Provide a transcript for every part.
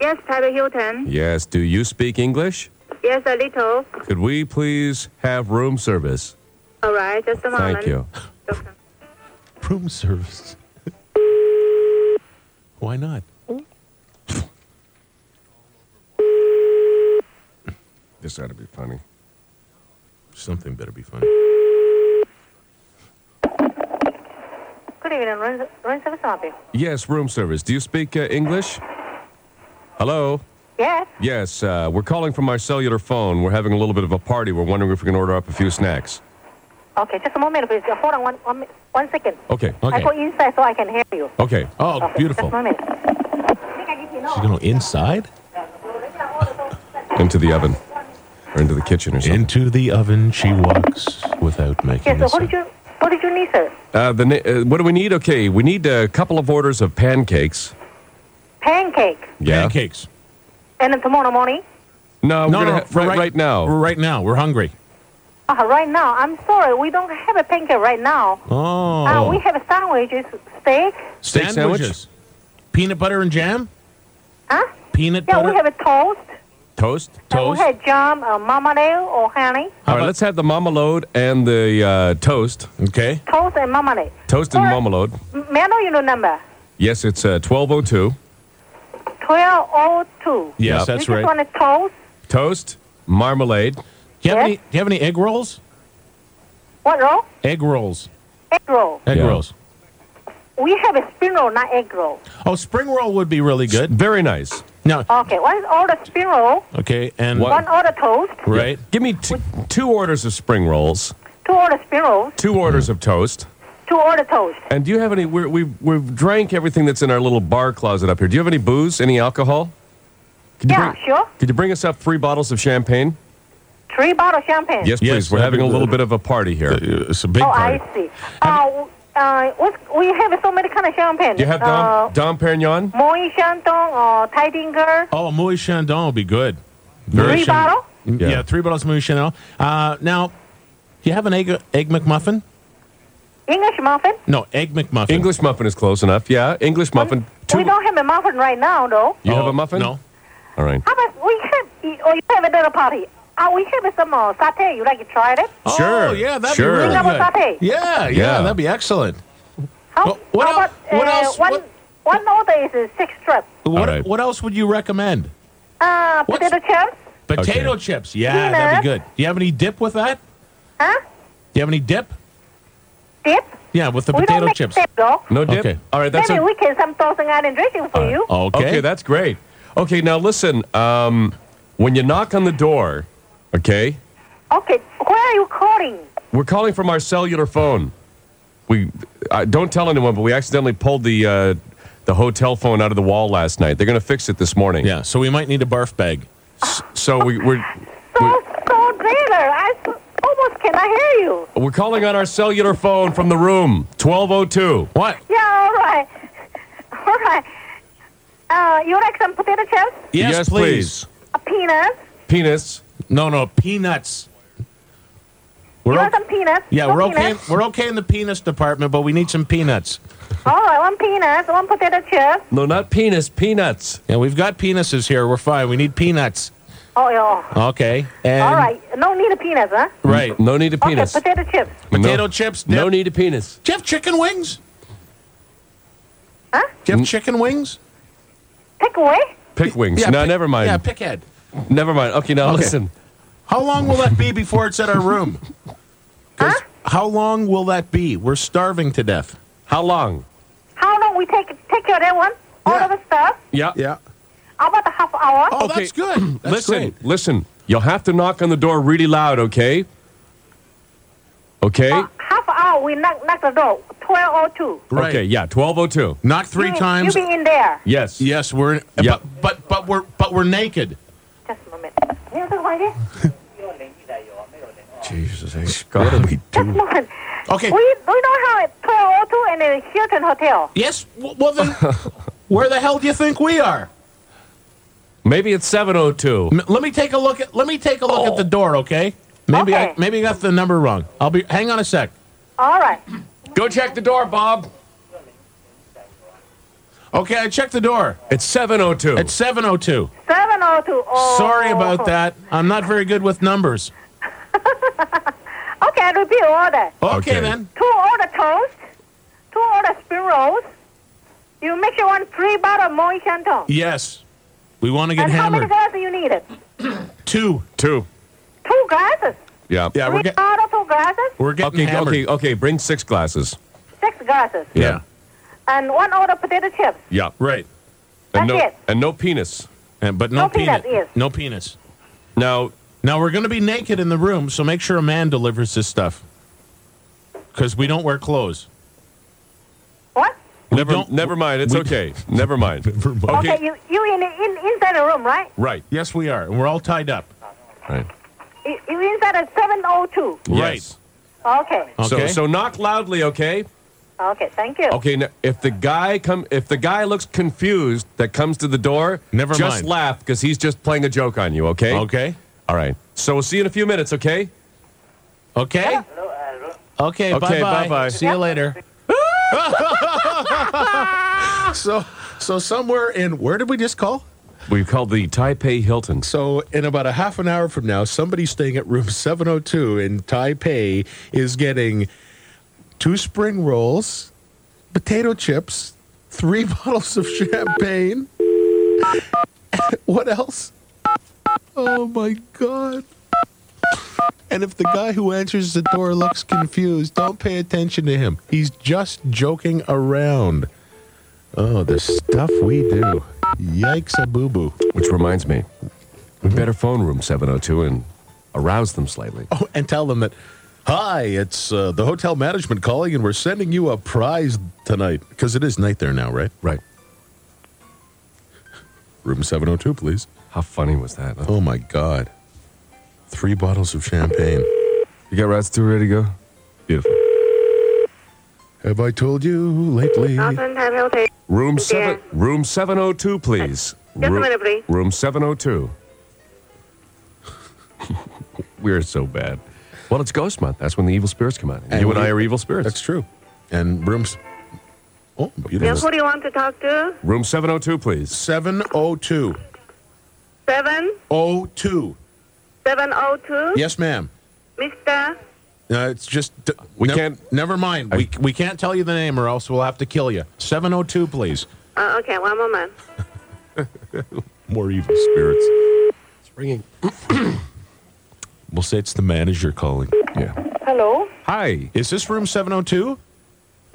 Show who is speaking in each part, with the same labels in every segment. Speaker 1: Yes, Tyler Hilton.
Speaker 2: Yes. Do you speak English?
Speaker 1: Yes, a little.
Speaker 2: Could we please have room service?
Speaker 1: All right, just a moment.
Speaker 2: Thank you.
Speaker 1: Okay.
Speaker 3: Room service. Why not?
Speaker 2: This ought to be funny.
Speaker 3: Something better be funny.
Speaker 4: Good evening, room, room service lobby.
Speaker 2: Yes, room service. Do you speak uh, English? Hello?
Speaker 4: Yes.
Speaker 2: Yes, uh, we're calling from our cellular phone. We're having a little bit of a party. We're wondering if we can order up a few snacks.
Speaker 4: Okay, just a moment, please. Hold on one, one, mi- one second.
Speaker 2: Okay.
Speaker 4: I
Speaker 3: Okay.
Speaker 4: go inside so I can hear you.
Speaker 2: Okay.
Speaker 3: Oh,
Speaker 4: Okay,
Speaker 3: beautiful.
Speaker 4: Just a
Speaker 3: She's
Speaker 4: moment.
Speaker 3: going to inside?
Speaker 2: Into the oven or into the kitchen or something.
Speaker 3: Into the oven she walks without making
Speaker 4: Yes,
Speaker 3: a
Speaker 4: so what did
Speaker 3: sound.
Speaker 4: you what did you need, sir?
Speaker 2: Uh, the, na- uh, what do we need? Okay, we need a couple of orders of pancakes.
Speaker 4: Pancake.
Speaker 2: Yeah.
Speaker 3: Pancakes.
Speaker 4: And then tomorrow morning?
Speaker 2: No, we're
Speaker 3: no,
Speaker 2: gonna
Speaker 3: no,
Speaker 2: ha-
Speaker 3: for
Speaker 2: right, right now.
Speaker 3: for Right now. We're hungry.
Speaker 4: Uh, right now, I'm sorry, we don't have a pancake right now.
Speaker 3: Oh.
Speaker 4: Uh, we have sandwiches, steak.
Speaker 2: Steak sandwich?
Speaker 3: Sandwiches. Peanut butter and jam?
Speaker 4: Huh?
Speaker 3: Peanut
Speaker 4: Yeah,
Speaker 3: butter?
Speaker 4: we have a toast.
Speaker 2: Toast?
Speaker 4: Uh, we have jam, uh, marmalade or honey.
Speaker 2: All right,
Speaker 3: about-
Speaker 2: let's have the marmalade and the uh, toast.
Speaker 3: okay.
Speaker 4: Toast and marmalade.
Speaker 2: Toast and
Speaker 4: Or-
Speaker 2: marmalade.
Speaker 4: M- May I know your number?
Speaker 2: Yes, it's uh, 1202.
Speaker 4: 1202.
Speaker 3: Yes,
Speaker 2: Yep.
Speaker 3: that's
Speaker 4: you
Speaker 3: right.
Speaker 4: just want a toast?
Speaker 2: Toast, marmalade.
Speaker 3: Do you, have
Speaker 4: Yes?
Speaker 3: any, do you have any egg rolls?
Speaker 4: What roll?
Speaker 3: Egg rolls.
Speaker 4: Egg roll.
Speaker 3: Egg
Speaker 2: Yeah.
Speaker 3: rolls.
Speaker 4: We have a spring roll, not egg roll.
Speaker 3: Oh, spring roll would be really good.
Speaker 2: Very nice.
Speaker 3: No.
Speaker 4: Okay, one order spring roll,
Speaker 3: Okay, and
Speaker 2: What?
Speaker 4: one order toast,
Speaker 3: right?
Speaker 2: Give me t- two orders of spring rolls,
Speaker 4: two order spring rolls,
Speaker 2: two orders of toast.
Speaker 4: two order toast.
Speaker 2: And do you have any? We're, we've, we've drank everything that's in our little bar closet up here. Do you have any booze, any alcohol? Could you
Speaker 4: Yeah,
Speaker 2: bring,
Speaker 4: sure.
Speaker 2: Could you bring us up three bottles of champagne?
Speaker 4: Three bottle champagne.
Speaker 2: Yes, please.
Speaker 3: Yes,
Speaker 2: We're
Speaker 3: that'd
Speaker 2: having
Speaker 3: be
Speaker 2: a little
Speaker 3: good. Uh,
Speaker 2: bit of a party here.
Speaker 3: It's a big
Speaker 4: Oh,
Speaker 3: party.
Speaker 4: I see. Uh, uh, what's, we have so many kind of champagne.
Speaker 2: Do you have
Speaker 4: Uh,
Speaker 2: Dom, Dom Perignon?
Speaker 4: Moët Chandon or Teidinger.
Speaker 3: Oh, Moët Chandon would be good.
Speaker 4: Three
Speaker 3: Moët
Speaker 4: bottle?
Speaker 3: Chandon- Mm, Yeah.
Speaker 2: Yeah.
Speaker 3: three bottles of Moët Chandon. Uh, now, do you have an egg egg McMuffin?
Speaker 4: English muffin?
Speaker 3: No, egg McMuffin.
Speaker 2: English muffin is close enough. Yeah, English muffin. Two.
Speaker 4: We don't have a muffin right now, though.
Speaker 2: you have
Speaker 3: Oh,
Speaker 2: a muffin?
Speaker 3: No.
Speaker 2: All right.
Speaker 4: How about we have, or you have a dinner party? Uh, we have some uh, satay. You like to try it?
Speaker 3: Oh,
Speaker 2: Sure,
Speaker 3: yeah, that'd
Speaker 2: sure.
Speaker 3: be really
Speaker 4: Double
Speaker 3: good.
Speaker 4: satay.
Speaker 3: Yeah, yeah,
Speaker 2: Yeah.
Speaker 3: that'd be excellent.
Speaker 4: How,
Speaker 3: What- what
Speaker 4: how
Speaker 3: el-
Speaker 4: about uh,
Speaker 3: what else-
Speaker 4: one,
Speaker 3: what-
Speaker 4: one order is a six strip.
Speaker 3: What,
Speaker 2: right.
Speaker 3: what else would you recommend?
Speaker 4: Uh,
Speaker 3: What's-
Speaker 4: potato chips?
Speaker 3: Potato
Speaker 2: Okay.
Speaker 3: chips. Yeah, that'd be good.
Speaker 4: Peanuts.
Speaker 3: Do you have any dip with that?
Speaker 4: Huh?
Speaker 3: Do you have any dip?
Speaker 4: Dip?
Speaker 3: Yeah, with the
Speaker 4: we
Speaker 3: potato
Speaker 4: don't make
Speaker 3: chips.
Speaker 4: dip, though.
Speaker 2: No dip.
Speaker 3: Okay.
Speaker 2: All right. That's
Speaker 4: Maybe
Speaker 2: a,
Speaker 4: we can some tossing and dressing for you.
Speaker 3: Okay.
Speaker 2: Okay, that's great. Okay, now listen. Um, when you knock on the door, okay,
Speaker 4: Okay, where are you calling?
Speaker 2: we're calling from our cellular phone. We uh, don't tell anyone, but we accidentally pulled the uh, the hotel phone out of the wall last night. They're going to fix it this morning.
Speaker 3: yeah, so we might need a barf bag.
Speaker 2: So we, we're
Speaker 4: So,
Speaker 2: we-
Speaker 4: so Taylor, I s- almost cannot hear you.
Speaker 2: we're calling on our cellular phone from the room twelve oh two.
Speaker 3: What?
Speaker 4: Yeah, all right. All right. Uh, you like some potato chips?
Speaker 3: Yes,
Speaker 2: please.
Speaker 4: A peanut?
Speaker 2: Penis.
Speaker 3: No, no, peanuts.
Speaker 4: You
Speaker 3: We're
Speaker 4: want
Speaker 3: o-
Speaker 4: some peanuts?
Speaker 3: yeah,
Speaker 4: Some
Speaker 3: we're okay.
Speaker 4: peanuts?
Speaker 3: We're okay in the penis department, but we need some peanuts.
Speaker 4: All right, one peanut, one potato chip.
Speaker 2: No, not penis. Peanuts.
Speaker 3: Yeah, we've got penises here. We're fine. We need peanuts.
Speaker 4: Oh, yeah.
Speaker 3: Okay. And
Speaker 4: All right, no need of peanuts, huh?
Speaker 3: Right.
Speaker 2: No need a penis.
Speaker 4: Okay, potato chips.
Speaker 3: Potato
Speaker 2: No-
Speaker 3: chips.
Speaker 2: No
Speaker 3: dip.
Speaker 2: need a penis.
Speaker 3: Do you have chicken wings?
Speaker 4: Huh?
Speaker 3: Do you have chicken wings?
Speaker 4: Take away?
Speaker 2: Pick wings. no,
Speaker 3: pick-
Speaker 2: never mind.
Speaker 3: Yeah, pickhead.
Speaker 2: never mind. Okay, now listen.
Speaker 3: How long will that be before it's at our room? 'Cause How long will that be? We're starving to death.
Speaker 2: How long?
Speaker 4: How long we take take care of that one? All
Speaker 3: Yeah.
Speaker 4: of the stuff?
Speaker 2: Yeah.
Speaker 4: About a half hour?
Speaker 3: Oh,
Speaker 2: Okay.
Speaker 3: that's good. That's
Speaker 2: listen,
Speaker 3: great.
Speaker 2: listen. You'll have to knock on the door really loud, okay? Okay?
Speaker 4: Uh, half hour, we knock, knock the door. 1202.
Speaker 3: Ah. right.
Speaker 2: Okay, yeah, 1202.
Speaker 3: Knock three
Speaker 4: you,
Speaker 3: times.
Speaker 4: You be in there.
Speaker 2: Yes.
Speaker 3: yes, we're.
Speaker 2: Yeah.
Speaker 3: But, but but we're but we're naked.
Speaker 4: Just a moment. You know what it is?
Speaker 2: Jesus, God. What do we
Speaker 4: Just a moment.
Speaker 3: Okay.
Speaker 4: We, we don't have a 1202 and a Hilton Hotel.
Speaker 3: Yes. w- Well then, where the hell do you think we are?
Speaker 2: Maybe it's 702.
Speaker 3: M- Let me take a look at. Let me take a look
Speaker 2: Oh.
Speaker 3: at the door. Okay. Maybe I
Speaker 4: Okay.
Speaker 3: maybe I got the number wrong. I'll be. Hang on a sec.
Speaker 4: All right.
Speaker 2: Go check the door, Bob.
Speaker 3: Okay, I checked the door.
Speaker 2: It's 702.
Speaker 3: It's 702.
Speaker 4: 702. Oh.
Speaker 3: Sorry about that. I'm not very good with numbers.
Speaker 4: Okay, I repeat order.
Speaker 3: Okay,
Speaker 2: Okay.
Speaker 3: then.
Speaker 4: Two order toast, two order spring rolls. You make sure one three bottle Moe Shantou.
Speaker 3: Yes. We want to get
Speaker 4: And how many
Speaker 3: hammered.
Speaker 4: glasses you needed?
Speaker 3: Two.
Speaker 2: two.
Speaker 4: Two glasses.
Speaker 2: Yeah.
Speaker 3: Yeah,
Speaker 4: Three
Speaker 3: we're, get,
Speaker 4: bottle, two glasses,
Speaker 3: we're getting
Speaker 2: Okay,
Speaker 3: hammered.
Speaker 2: okay, okay. Bring six glasses.
Speaker 4: six glasses.
Speaker 3: Yeah.
Speaker 4: And one order potato chips.
Speaker 2: Yeah.
Speaker 3: Right.
Speaker 2: And no,
Speaker 4: That's it.
Speaker 2: and no penis.
Speaker 3: And, but no,
Speaker 4: No peanut, yes.
Speaker 3: No penis.
Speaker 2: Now,
Speaker 3: Now we're going to be naked in the room, so make sure a man delivers this stuff. Because we don't wear clothes.
Speaker 4: What?
Speaker 2: never,
Speaker 3: don't-
Speaker 2: never mind. It's
Speaker 3: we-
Speaker 2: okay. Never mind.
Speaker 3: Never mind.
Speaker 4: Okay, you, you in, in inside the room, right?
Speaker 2: Right.
Speaker 3: Yes, we are, and we're all tied up.
Speaker 2: Right.
Speaker 4: You, you inside at 702.
Speaker 2: Yes.
Speaker 4: Okay.
Speaker 3: Okay.
Speaker 2: So, so knock loudly, okay?
Speaker 4: Okay, thank you.
Speaker 2: Okay. Now, if the guy come, if the guy looks confused that comes to the door,
Speaker 3: Never
Speaker 2: just
Speaker 3: mind.
Speaker 2: laugh because he's just playing a joke on you, okay?
Speaker 3: Okay.
Speaker 2: All right. So we'll see you in a few minutes, okay?
Speaker 3: Okay.
Speaker 2: Okay,
Speaker 3: Okay. Bye.
Speaker 2: bye-bye.
Speaker 3: Bye. See you later. so, so somewhere in where did we just call?
Speaker 2: We called the Taipei Hilton.
Speaker 3: So, in about a half an hour from now, somebody staying at room 702 in Taipei is getting two spring rolls, potato chips, three bottles of champagne. what else? Oh my God. And if the guy who answers the door looks confused, don't pay attention to him. He's just joking around. Oh, the stuff we do. Yikes a boo boo.
Speaker 2: Which reminds me, we better phone room 702 and arouse them slightly.
Speaker 3: Oh, and tell them that, hi, it's uh, the hotel management calling, and we're sending you a prize tonight because it is night there now, right?
Speaker 2: Right.
Speaker 3: Room seven hundred two, please.
Speaker 2: How funny was that? huh?
Speaker 3: Oh my God, three bottles of champagne.
Speaker 2: You got rats too ready to go? Beautiful.
Speaker 3: Have I told you lately?
Speaker 1: Northern Time Hilton.
Speaker 2: Room seven,
Speaker 1: Yeah.
Speaker 2: room seven oh two, please.
Speaker 1: Just a
Speaker 2: Room-
Speaker 1: minute, please.
Speaker 2: Room seven oh two. We're so bad. Well, it's Ghost Month. That's when the evil spirits come out.
Speaker 3: And
Speaker 2: you and
Speaker 3: we-
Speaker 2: I are evil spirits.
Speaker 3: That's true. And rooms. Oh,
Speaker 1: Now,
Speaker 3: beautiful.
Speaker 1: who do you want to talk to?
Speaker 2: Room seven oh two, please.
Speaker 3: Seven oh two.
Speaker 1: Seven
Speaker 3: Oh two.
Speaker 1: seven oh two.
Speaker 3: Yes, ma'am.
Speaker 1: Mister.
Speaker 3: Uh, it's just
Speaker 2: We
Speaker 3: nev-
Speaker 2: can't-
Speaker 3: Never mind. we we can't tell you the name, or else we'll have to kill you. Seven oh two, please.
Speaker 1: Uh, okay, one moment.
Speaker 3: More evil spirits.
Speaker 2: It's ringing.
Speaker 3: We'll say it's the manager calling.
Speaker 2: Yeah.
Speaker 4: Hello?
Speaker 2: Hi.
Speaker 3: Is this room 702?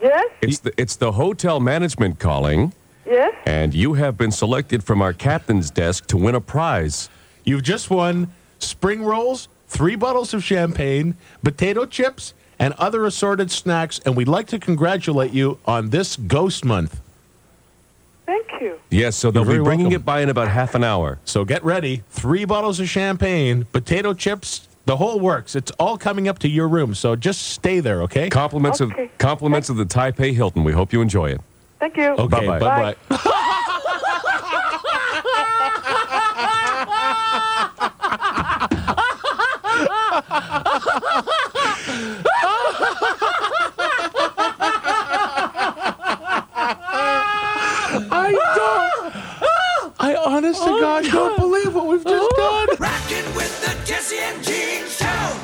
Speaker 4: Yes?
Speaker 2: It's the it's the hotel management calling,
Speaker 4: Yes?
Speaker 2: and you have been selected from our captain's desk to win a prize.
Speaker 3: You've just won spring rolls, three bottles of champagne, potato chips, and other assorted snacks, and we'd like to congratulate you on this ghost month.
Speaker 4: Thank you.
Speaker 2: Yes. So they'll be
Speaker 3: You're very
Speaker 2: bringing
Speaker 3: welcome.
Speaker 2: it by in about half an hour.
Speaker 3: So get ready. Three bottles of champagne, potato chips, the whole works. It's all coming up to your room, so just stay there, okay?
Speaker 2: Compliments
Speaker 4: Okay.
Speaker 2: of compliments of the Taipei Hilton. We hope you enjoy it.
Speaker 4: Thank you.
Speaker 3: Okay,
Speaker 2: Bye-bye.
Speaker 3: bye-bye.